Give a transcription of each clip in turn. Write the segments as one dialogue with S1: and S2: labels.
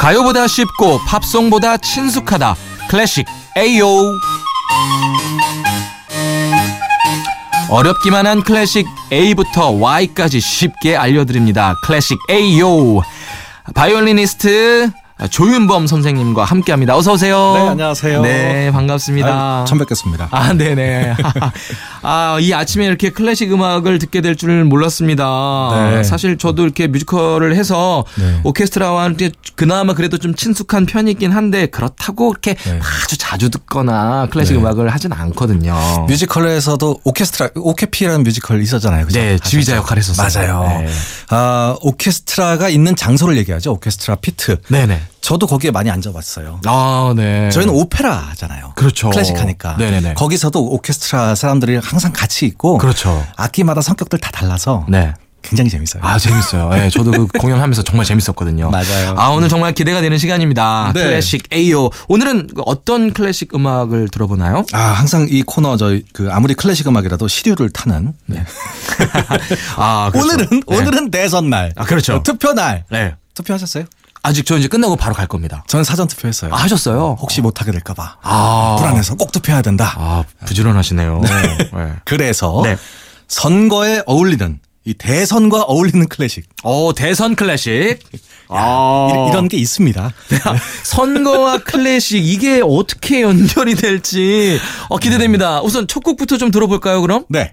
S1: 가요보다 쉽고 팝송보다 친숙하다. 클래식 에이오. 어렵기만 한 클래식 A부터 Y까지 쉽게 알려드립니다. 클래식 에이오. 바이올리니스트 조윤범 선생님과 함께합니다. 어서 오세요.
S2: 네, 안녕하세요.
S1: 네, 반갑습니다.
S2: 아유, 처음 뵙겠습니다.
S1: 아, 네네. 아, 이 아침에 이렇게 클래식 음악을 듣게 될 줄 몰랐습니다.
S2: 네.
S1: 사실 저도 이렇게 뮤지컬을 해서
S2: 네.
S1: 오케스트라와 함께 그나마 그래도 좀 친숙한 편이긴 한데 그렇다고 이렇게
S2: 네.
S1: 아주 자주 듣거나 클래식
S2: 네.
S1: 음악을 하진 않거든요.
S2: 뮤지컬에서도 오케스트라 오케피라는 뮤지컬 있었잖아요. 그죠?
S1: 네, 지휘자 역할을 했었어요.
S2: 맞아요.
S1: 네.
S2: 아, 오케스트라가 있는 장소를 얘기하죠. 오케스트라 피트.
S1: 네네.
S2: 저도 거기에 많이 앉아봤어요.
S1: 아, 네.
S2: 저희는 오페라잖아요.
S1: 그렇죠.
S2: 클래식하니까.
S1: 네네네.
S2: 거기서도 오케스트라 사람들이 항상 같이 있고
S1: 그렇죠.
S2: 악기마다 성격들 다 달라서
S1: 네.
S2: 굉장히 재밌어요.
S1: 아 재밌어요. 예, 저도 그 공연하면서 정말 재밌었거든요.
S2: 맞아요.
S1: 아 오늘 정말 기대가 되는 시간입니다.
S2: 네.
S1: 클래식 A요. 오늘은 어떤 클래식 음악을 들어보나요?
S2: 아, 항상 이 코너 저희 그 아무리 클래식 음악이라도 시류를 타는
S1: 아 네. 그렇죠.
S2: 오늘은
S1: 네.
S2: 오늘은 대선 날.
S1: 아, 그렇죠.
S2: 투표 날.
S1: 네.
S2: 투표하셨어요?
S1: 아직 저 이제 끝나고 바로 갈 겁니다.
S2: 저는 사전 투표했어요.
S1: 아, 하셨어요?
S2: 혹시 못하게 될까봐
S1: 아.
S2: 불안해서 꼭 투표해야 된다.
S1: 아 부지런하시네요. 네.
S2: 그래서
S1: 네.
S2: 선거에 어울리는 이 대선과 어울리는 클래식
S1: 어 대선 클래식. 아
S2: 이- 이런 게 있습니다.
S1: 네. 선거와 클래식 이게 어떻게 연결이 될지 어, 기대됩니다. 우선 첫 곡부터 좀 들어볼까요? 그럼?
S2: 네.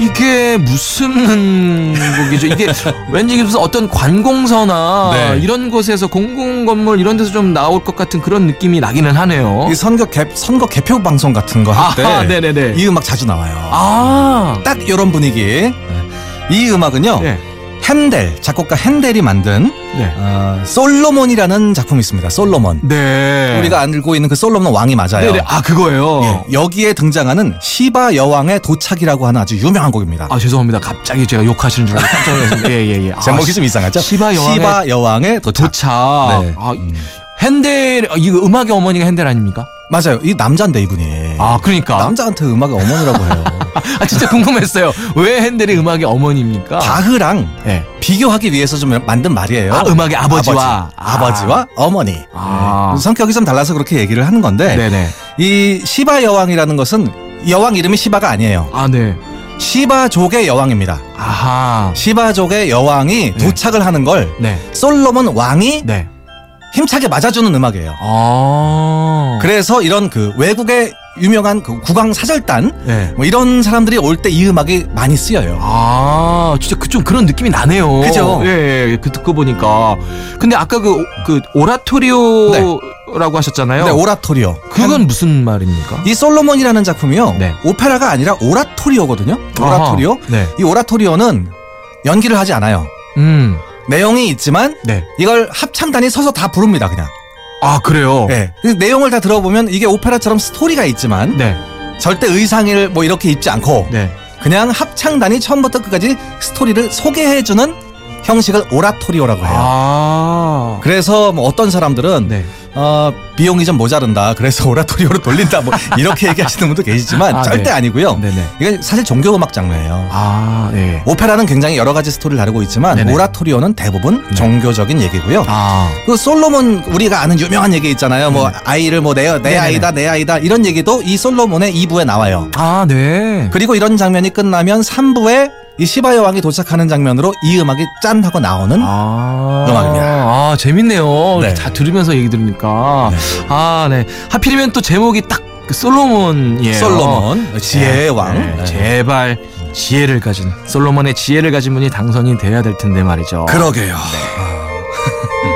S1: 이게 무슨 곡이죠? 이게 왠지 무슨 어떤 관공서나
S2: 네.
S1: 이런 곳에서 공공 건물 이런 데서 좀 나올 것 같은 그런 느낌이 나기는 하네요.
S2: 이 선거 개 선거 개표 방송 같은 거 할
S1: 어? 아하,
S2: 때
S1: 네네네.
S2: 이 음악 자주 나와요.
S1: 아,
S2: 딱 이런 분위기. 이 음악은요.
S1: 네,
S2: 핸델 작곡가 핸델이 만든
S1: 네,
S2: 어, 솔로몬이라는 작품이 있습니다. 솔로몬.
S1: 네.
S2: 우리가 알고 있는 그 솔로몬 왕이 맞아요.
S1: 네네. 아 그거예요.
S2: 예, 여기에 등장하는 시바 여왕의 도착이라고 하는 아주 유명한 곡입니다.
S1: 아 죄송합니다. 갑자기 제가 욕하시는 줄 알고 깜짝 놀랐습니다. 예예예. 아,
S2: 제목이 좀 이상하죠?
S1: 시바 여왕의
S2: 시바 여왕의 도착.
S1: 도착.
S2: 네.
S1: 아, 핸델 아, 이거 음악의 어머니가 핸델 아닙니까?
S2: 맞아요. 이 남자인데 이분이.
S1: 아 그러니까.
S2: 예. 남자한테 음악의 어머니라고 해요.
S1: 아 진짜 궁금했어요. 왜 핸델이 음악의 어머니입니까?
S2: 바흐랑
S1: 네.
S2: 비교하기 위해서 좀 만든 말이에요.
S1: 아, 음악의 아버지와.
S2: 아버지, 와 어머니.
S1: 아.
S2: 네. 성격이 좀 달라서 그렇게 얘기를 하는 건데
S1: 네네.
S2: 이 시바 여왕이라는 것은 여왕 이름이 시바가 아니에요.
S1: 아 네.
S2: 시바족의 여왕입니다.
S1: 아하.
S2: 시바족의 여왕이 도착을 하는 걸
S1: 네.
S2: 솔로몬 왕이
S1: 네.
S2: 힘차게 맞아주는 음악이에요.
S1: 아.
S2: 그래서 이런 그 외국의 유명한 그 국왕 사절단
S1: 네.
S2: 뭐 이런 사람들이 올 때 이 음악이 많이 쓰여요.
S1: 아, 진짜 그 좀 그런 느낌이 나네요.
S2: 그죠?
S1: 예, 예, 그 듣고 보니까. 근데 아까 그, 그, 오라토리오라고 하셨잖아요.
S2: 네, 오라토리오.
S1: 그건 무슨 말입니까?
S2: 이 솔로몬이라는 작품이요.
S1: 네.
S2: 오페라가 아니라 오라토리오거든요. 오라토리오.
S1: 아하, 네.
S2: 이 오라토리오는 연기를 하지 않아요.
S1: 음,
S2: 내용이 있지만
S1: 네.
S2: 이걸 합창단이 서서 다 부릅니다, 그냥.
S1: 아, 그래요?
S2: 네. 그 내용을 다 들어보면 이게 오페라처럼 스토리가 있지만
S1: 네.
S2: 절대 의상을 뭐 이렇게 입지 않고
S1: 네.
S2: 그냥 합창단이 처음부터 끝까지 스토리를 소개해주는 형식을 오라토리오라고 해요.
S1: 아.
S2: 그래서 뭐 어떤 사람들은
S1: 네.
S2: 어, 비용이 좀 모자른다. 그래서 오라토리오로 돌린다. 뭐 이렇게 얘기하시는 분도 계시지만
S1: 아,
S2: 절대
S1: 네.
S2: 아니고요.
S1: 네네.
S2: 이건 사실 종교 음악 장르예요.
S1: 아, 예.
S2: 오페라는 굉장히 여러 가지 스토리를 다루고 있지만
S1: 네네. 네.
S2: 오라토리오는 대부분 종교적인 얘기고요.
S1: 아.
S2: 그 솔로몬 우리가 아는 유명한 얘기 있잖아요. 뭐 아이를 뭐 내 내
S1: 네. 네네네.
S2: 아이다 내 아이다 이런 얘기도 이 솔로몬의 2부에 나와요.
S1: 아, 네.
S2: 그리고 이런 장면이 끝나면 3부에 이 시바 여왕이 도착하는 장면으로 이 음악이 짠 하고 나오는
S1: 아,
S2: 음악입니다.
S1: 아 재밌네요.
S2: 네.
S1: 다 들으면서 얘기 들으니까 아 네. 하필이면 또 제목이 딱그 솔로몬이에요.
S2: 솔로몬 지혜의 왕.
S1: 어. 네, 제발 지혜를 가진 솔로몬의 지혜를 가진 분이 당선이 돼야 될 텐데 말이죠.
S2: 그러게요.
S1: 네.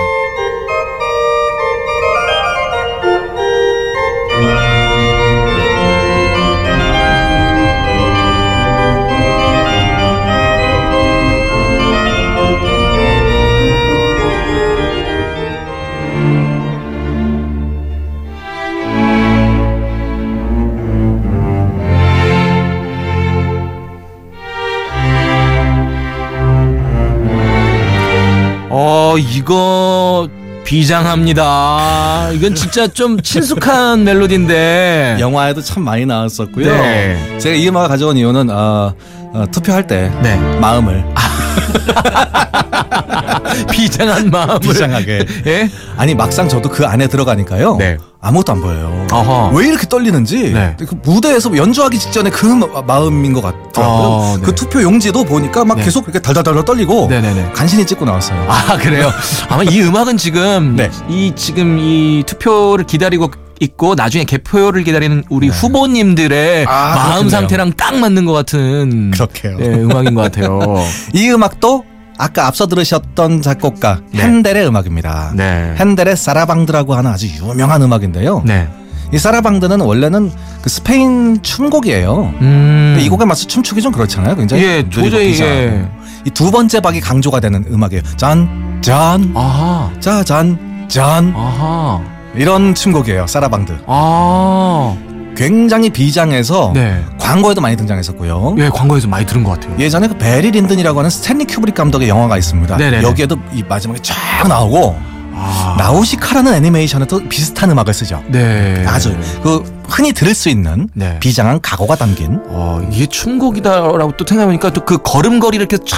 S1: 어 이거 비장합니다. 이건 진짜 좀 친숙한 멜로디인데.
S2: 영화에도 참 많이 나왔었고요.
S1: 네.
S2: 제가 이 음악을 가져온 이유는 어, 어, 투표할 때
S1: 네.
S2: 마음을 아,
S1: 비장한 마음을.
S2: 비장하게.
S1: 예?
S2: 아니 막상 저도 그 안에 들어가니까요.
S1: 네.
S2: 아무것도 안 보여요.
S1: 어허.
S2: 왜 이렇게 떨리는지
S1: 네.
S2: 그 무대에서 연주하기 직전에 그 마- 마음인 것 같더라고요.
S1: 어, 네.
S2: 그 투표 용지도 보니까 막
S1: 네.
S2: 계속 이렇게 달달달달 떨리고
S1: 네네네.
S2: 간신히 찍고 나왔어요.
S1: 아, 그래요? 아마 이 음악은 지금,
S2: 네.
S1: 이, 지금 이 투표를 기다리고 있고, 나중에 개표를 기다리는 우리 후보님들의
S2: 네.
S1: 마음
S2: 아, 그렇겠네요.
S1: 상태랑 딱 맞는 것 같은.
S2: 그렇게요.
S1: 예, 음악인 것 같아요.
S2: 네. 이 음악도 아까 앞서 들으셨던 작곡가
S1: 네.
S2: 핸델의 음악입니다.
S1: 네.
S2: 핸델의 사라방드라고 하는 아주 유명한 음악인데요.
S1: 네.
S2: 이 사라방드는 원래는 그 스페인 춤곡이에요.
S1: 음.
S2: 근데 이 곡에 맞춰 춤추기 좀 그렇잖아요. 굉장히
S1: 예, 도저히 이게.
S2: 이두 번째 박이 강조가 되는 음악이에요. 짠, 짠,
S1: 아하.
S2: 짜잔, 짠
S1: 아하.
S2: 이런 춤곡이에요. 사라방드.
S1: 아.
S2: 어. 굉장히 비장해서
S1: 네.
S2: 광고에도 많이 등장했었고요.
S1: 예, 광고에서 많이 들은 것 같아요.
S2: 예전에 그 베리 린든이라고 하는 스탠리 큐브릭 감독의 영화가 있습니다.
S1: 네네네.
S2: 여기에도 이 마지막에 쫙 나오고
S1: 아.
S2: 나우시카라는 애니메이션에 또 비슷한 음악을 쓰죠.
S1: 네.
S2: 아주 그 흔히 들을 수 있는
S1: 네.
S2: 비장한 각오가 담긴
S1: 어, 이게 춤곡이다라고 또 생각해보니까 또 그 걸음걸이를 이렇게 촥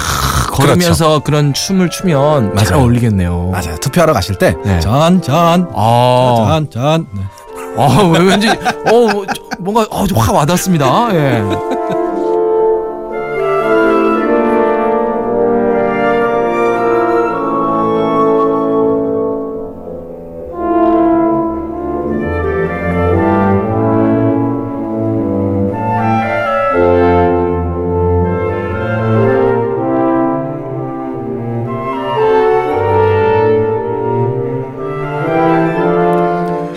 S1: 걸으면서 그런 춤을 추면 잘
S2: 그렇죠. 맞아요.
S1: 어울리겠네요.
S2: 맞아요. 투표하러 가실 때
S1: 네.
S2: 짠, 짠,
S1: 아,
S2: 짠, 짠. 네.
S1: 아, 왜- 왠지, 어, 저- 뭔가, 어, 확 와닿습니다. 예.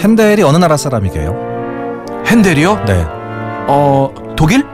S2: 핸델이 어느 나라 사람이게요?
S1: 핸델이요?
S2: 네.
S1: 어, 독일?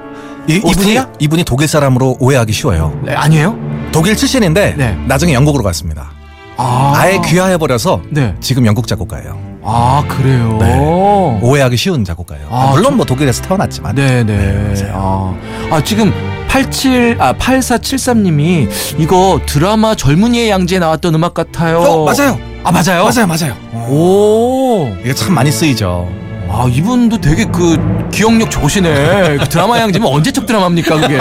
S2: 이, 이분이
S1: 오스트리아?
S2: 이분이 독일 사람으로 오해하기 쉬워요.
S1: 네, 아니에요?
S2: 독일 출신인데
S1: 네.
S2: 나중에 영국으로 갔습니다.
S1: 아.
S2: 아. 예 귀화해 버려서
S1: 네.
S2: 지금 영국 작곡가예요.
S1: 아, 그래요?
S2: 네. 오해하기 쉬운 작곡가예요.
S1: 아,
S2: 물론 뭐 독일에서 태어났지만
S1: 네네.
S2: 맞아요.
S1: 아, 아, 지금 87, 아, 8473님이 이거 드라마 젊은이의 양지에 나왔던 음악 같아요.
S2: 어, 맞아요.
S1: 아, 맞아요?
S2: 맞아요. 맞아요.
S1: 오.
S2: 이게 참 많이 쓰이죠.
S1: 아, 이분도 되게 그 기억력 좋으시네. 그 드라마 양지면 언제적 드라마입니까, 그게?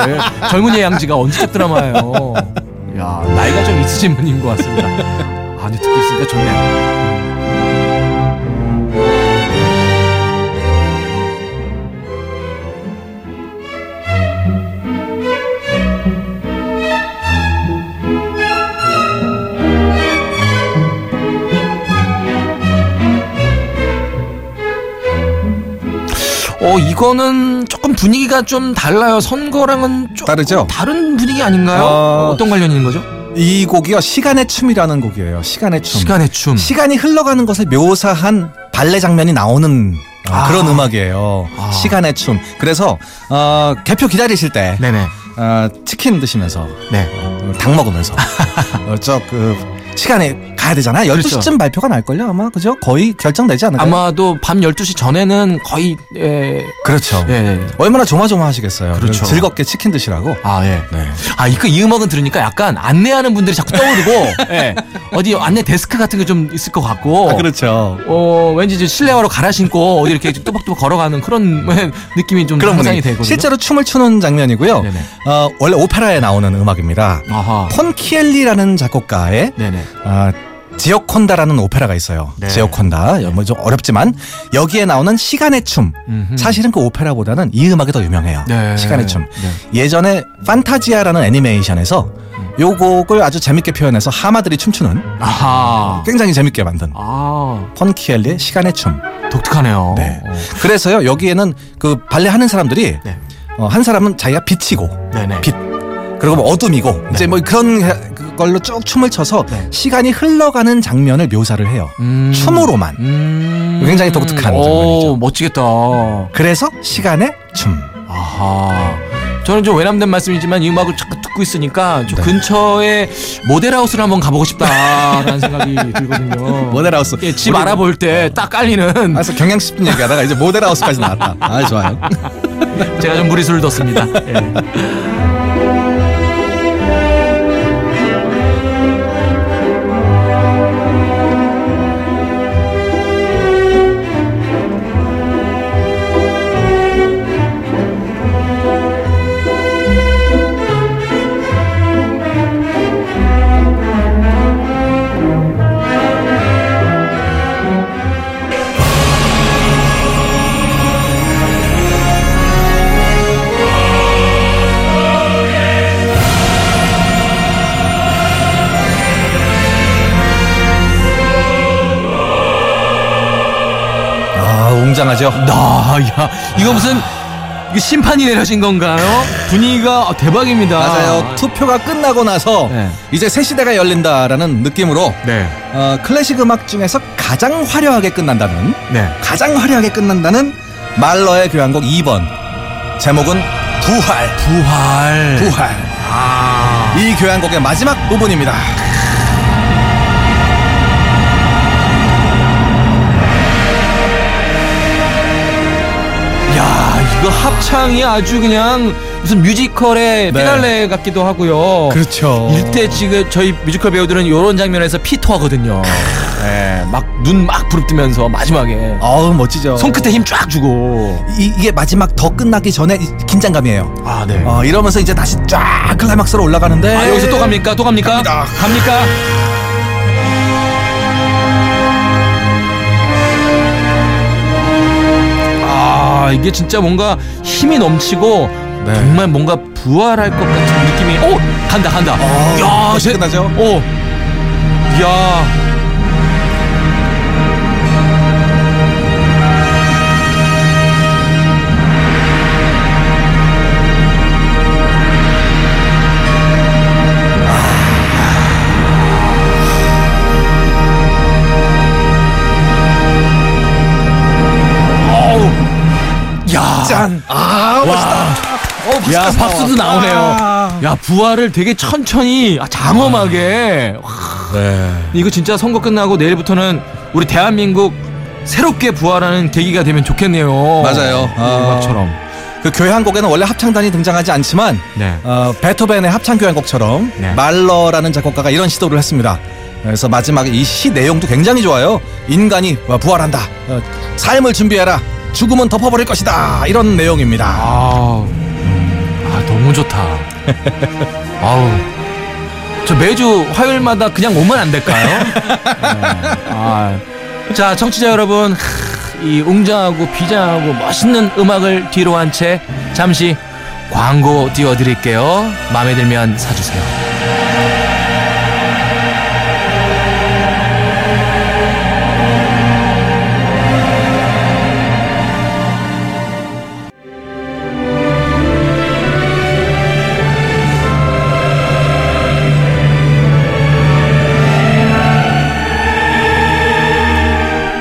S1: 젊은이의 양지가 언제적 드라마예요. 야, 나이가 좀 있으신 분인 것 같습니다. 아니, 듣고 있으니까 좋네요. 어, 이거는 조금 분위기가 좀 달라요. 선거랑은 조금
S2: 다르죠?
S1: 다른 분위기 아닌가요?
S2: 어,
S1: 어... 떤 관련이 있는 거죠?
S2: 이 곡이요. 시간의 춤이라는 곡이에요. 시간의 춤.
S1: 시간의 춤.
S2: 이 흘러가는 것을 묘사한 발레 장면이 나오는 어,
S1: 아.
S2: 그런 음악이에요.
S1: 아.
S2: 시간의 춤. 그래서 어, 개표 기다리실 때
S1: 네네.
S2: 어, 치킨 드시면서
S1: 네.
S2: 닭 먹으면서 어, 저그 시간에 가야 되잖아요. 12시쯤
S1: 그렇죠.
S2: 발표가 날 걸요. 아마 그죠? 거의 결정되지 않을까요?
S1: 네. 아마도 밤 12시 전에는 거의, 예,
S2: 그렇죠.
S1: 예.
S2: 얼마나 조마조마하시겠어요.
S1: 그렇죠.
S2: 즐겁게 치킨 드시라고.
S1: 아, 예.
S2: 네.
S1: 아, 이, 그, 이 음악은 들으니까 약간 안내하는 분들이 자꾸 떠오르고, 예. 어디 안내 데스크 같은 게 좀 있을 것 같고,
S2: 아, 그렇죠.
S1: 어, 왠지 이제 실내화로 갈아 신고, 어디 이렇게 좀 또박또박 걸어가는 그런 느낌이 좀
S2: 그런
S1: 상상이
S2: 분이
S1: 되거든요.
S2: 실제로 춤을 추는 장면이고요.
S1: 네네.
S2: 어, 원래 오페라에 나오는 음악입니다.
S1: 아하.
S2: 폰키엘리라는 작곡가의
S1: 네네.
S2: 아, 지오콘다라는 오페라가 있어요.
S1: 네.
S2: 지오콘다. 뭐좀 어렵지만 여기에 나오는 시간의 춤.
S1: 음흠.
S2: 사실은 그 오페라보다는 이 음악이 더 유명해요.
S1: 네.
S2: 시간의 춤.
S1: 네.
S2: 예전에 판타지아라는 애니메이션에서 요 곡을 아주 재밌게 표현해서 하마들이 춤추는
S1: 아하.
S2: 굉장히 재밌게 만든
S1: 아,
S2: 폰키엘리의 시간의 춤.
S1: 독특하네요.
S2: 네.
S1: 어.
S2: 그래서요 여기에는 그 발레 하는 사람들이
S1: 네.
S2: 어, 한 사람은 자기가 빛이고
S1: 네네.
S2: 빛 그리고 뭐 어둠이고 이제 뭐 그런 해- 걸로 쭉 춤을 춰서
S1: 네.
S2: 시간이 흘러가는 장면을 묘사를 해요.
S1: 음.
S2: 춤으로만.
S1: 음.
S2: 굉장히 독특한
S1: 오,
S2: 장면이죠.
S1: 멋지겠다.
S2: 그래서 시간의 춤.
S1: 아하. 저는 좀 외람된 말씀이지만 이 음악을 자꾸 듣고 있으니까 좀
S2: 네.
S1: 근처에 모델하우스를 한번 가보고 싶다라는 생각이 들거든요.
S2: 모델하우스.
S1: 예, 집
S2: 우리- 어.
S1: 알아볼 때 딱 깔리는
S2: 그래서 경양식 얘기하다가 이제 모델하우스까지 나왔다. 아 좋아요. 아.
S1: 제가 좀 무리수를 뒀습니다. 예.
S2: 아,
S3: 유명하죠.
S1: 나야 이거 무슨 이게 심판이 내려진 건가요? 분위기가 아, 대박입니다.
S2: 맞아요. 투표가 끝나고 나서
S1: 네.
S2: 이제 새 시대가 열린다라는 느낌으로
S1: 네,
S2: 어, 클래식 음악 중에서 가장 화려하게 끝난다는
S1: 네.
S2: 가장 화려하게 끝난다는 말러의 교향곡 2번 제목은 부활
S1: 부활.
S2: 부활
S1: 아.
S2: 이 교향곡의 마지막 부분입니다.
S1: 야 이거 합창이 아주 그냥 무슨 뮤지컬의
S2: 네.
S1: 피날레 같기도 하고요.
S2: 그렇죠.
S1: 일대 지금 저희 뮤지컬 배우들은 이런 장면에서 피터하거든요. 네, 막눈 막 부릅뜨면서 마지막에
S2: 어우 멋지죠.
S1: 손끝에 힘 쫙 주고.
S2: 이, 이게 마지막 더 끝나기 전에 이- 긴장감이에요.
S1: 아 네.
S2: 어, 이러면서 이제 다시 쫙그 클라이막스로 올라가는데
S1: 아 여기서 또 갑니까? 또 갑니까?
S2: 네. 갑니다.
S1: 갑니까? 아 이게 진짜 뭔가 힘이 넘치고
S2: 네.
S1: 정말 뭔가 부활할 것 같은 느낌이. 오 간다 간다.
S2: 야,
S1: 야, 제,
S2: 어, 끝나죠.
S1: 오, 야. 어우, 야,
S2: 짠. 아, 어,
S1: 와, 야 박수도 나오네요.
S2: 아.
S1: 야 부활을 되게 천천히 아, 장엄하게. 와,
S2: 네.
S1: 이거 진짜 선거 끝나고 내일부터는 우리 대한민국 새롭게 부활하는 계기가 되면 좋겠네요.
S2: 맞아요.
S1: 이
S2: 아.
S1: 음악처럼.
S2: 그 교향곡에는 원래 합창단이 등장하지 않지만
S1: 네.
S2: 어, 베토벤의 합창 교향곡처럼
S1: 네.
S2: 말러라는 작곡가가 이런 시도를 했습니다. 그래서 마지막에 이 시 내용도 굉장히 좋아요. 인간이 어, 부활한다. 어, 삶을 준비해라. 죽음은 덮어버릴 것이다. 이런 내용입니다.
S1: 아우. 아 너무 좋다. 아우. 저 매주 화요일마다 그냥 오면 안 될까요? 네. 아. 자 청취자 여러분 하, 이 웅장하고 비장하고 멋있는 음악을 뒤로 한 채 잠시 광고 띄워드릴게요. 마음에 들면 사주세요.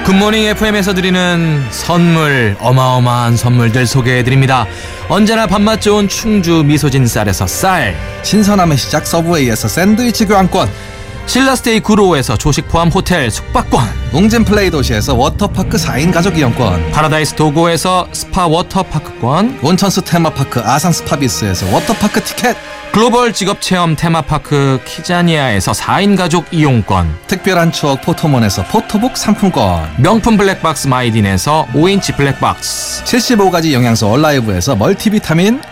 S1: 굿모닝 FM에서 드리는 선물 어마어마한 선물들 소개해드립니다. 언제나 밥맛 좋은 충주 미소진 쌀에서 쌀
S2: 신선함의 시작 서브웨이에서 샌드위치 교환권.
S1: 신라스테이 구로에서 조식 포함 호텔 숙박권
S2: 웅진 플레이 도시에서 워터파크 4인 가족 이용권.
S1: 파라다이스 도고에서 스파 워터파크권
S2: 온천스 테마파크 아산 스파비스에서 워터파크 티켓.
S1: 글로벌 직업체험 테마파크 키자니아에서 4인 가족 이용권
S2: 특별한 추억 포토몬에서 포토북 상품권.
S1: 명품 블랙박스 마이딘에서 5인치 블랙박스
S2: 75가지 영양소 얼라이브에서 멀티비타민.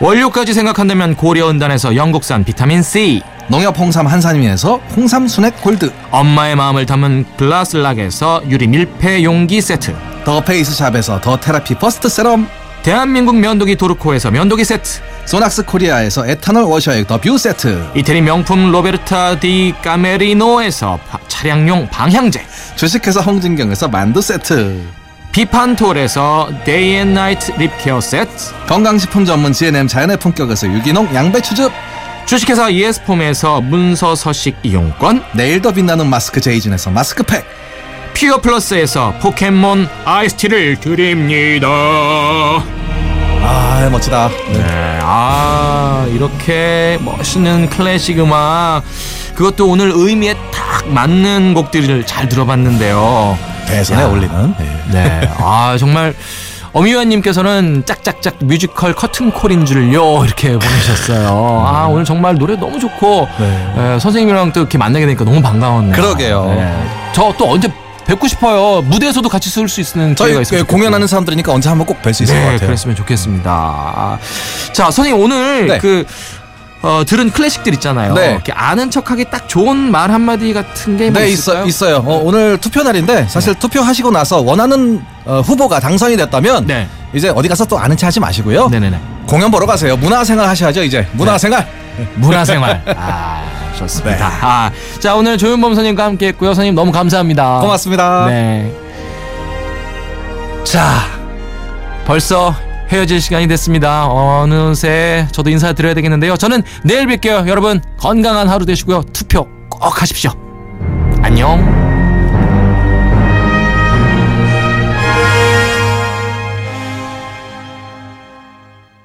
S1: 원료까지 생각한다면 고려은단에서 영국산 비타민C
S2: 농협 홍삼 한산임에서 홍삼 순액 골드.
S1: 엄마의 마음을 담은 글라슬락에서 유리 밀폐 용기 세트
S2: 더 페이스샵에서 더 테라피 퍼스트 세럼
S1: 대한민국 면도기 도르코에서 면도기 세트
S2: 소낙스 코리아에서 에탄올 워셔액 더 뷰 세트
S1: 이태리 명품 로베르타 디 까메리노에서 바- 차량용 방향제
S2: 주식회사 홍진경에서 만두 세트
S1: 비판톨에서 데이 앤 나이트 립케어 세트
S2: 건강식품 전문 GNM 자연의 품격에서 유기농 양배추즙
S1: 주식회사 이에스폼에서 문서 서식 이용권
S2: 내일 더 빛나는 마스크 제이진에서 마스크팩
S1: 퓨어 플러스에서 포켓몬 아이스티를 드립니다
S2: 아 멋지다
S1: 네, 아 이렇게 멋있는 클래식 음악 그것도 오늘 의미에 딱 맞는 곡들을 잘 들어봤는데요
S2: 대선에
S1: 야.
S2: 올리는
S1: 네. 아, 정말. 어미유아님께서는 짝짝짝 뮤지컬 커튼콜인 줄요 이렇게 보내셨어요. 아 오늘 정말 노래 너무 좋고
S2: 음. 네.
S1: 에, 선생님이랑 또 이렇게 만나게 되니까 너무 반가웠네요.
S2: 그러게요.
S1: 저 또 언제 뵙고 싶어요. 무대에서도 같이 쓸 수 있는
S2: 저희 예, 그
S1: 기회가 있으면 좋겠고.
S2: 공연하는 사람들이니까 언제 한번 꼭 뵐 수 있을 것
S1: 네,
S2: 같아요
S1: 그랬으면 좋겠습니다. 자, 선생님 오늘
S2: 네.
S1: 그 어, 들은 클래식들 있잖아요.
S2: 네.
S1: 이렇게 아는 척하기 딱 좋은 말 한마디 같은 게뭐
S2: 네
S1: 있을까요? 네.
S2: 있어, 있어요 어, 오늘 투표 날인데 사실 투표하시고 나서 원하는 어, 후보가 당선이 됐다면
S1: 네.
S2: 이제 어디 가서 또 아는 체 하지 마시고요
S1: 네네네. 네.
S2: 공연 보러 가세요 문화생활 하셔야죠 이제 문화생활
S1: 문화생활. 아, 좋습니다. 아, 자, 오늘 아. 네. 조윤범 선생님과 함께 했고요. 선생님 너무 감사합니다.
S2: 고맙습니다
S1: 네. 자, 벌써 헤어질 시간이 됐습니다. 어느새 저도 인사드려야 되겠는데요. 저는 내일 뵐게요. 여러분, 건강한 하루 되시고요. 투표 꼭 하십시오. 안녕.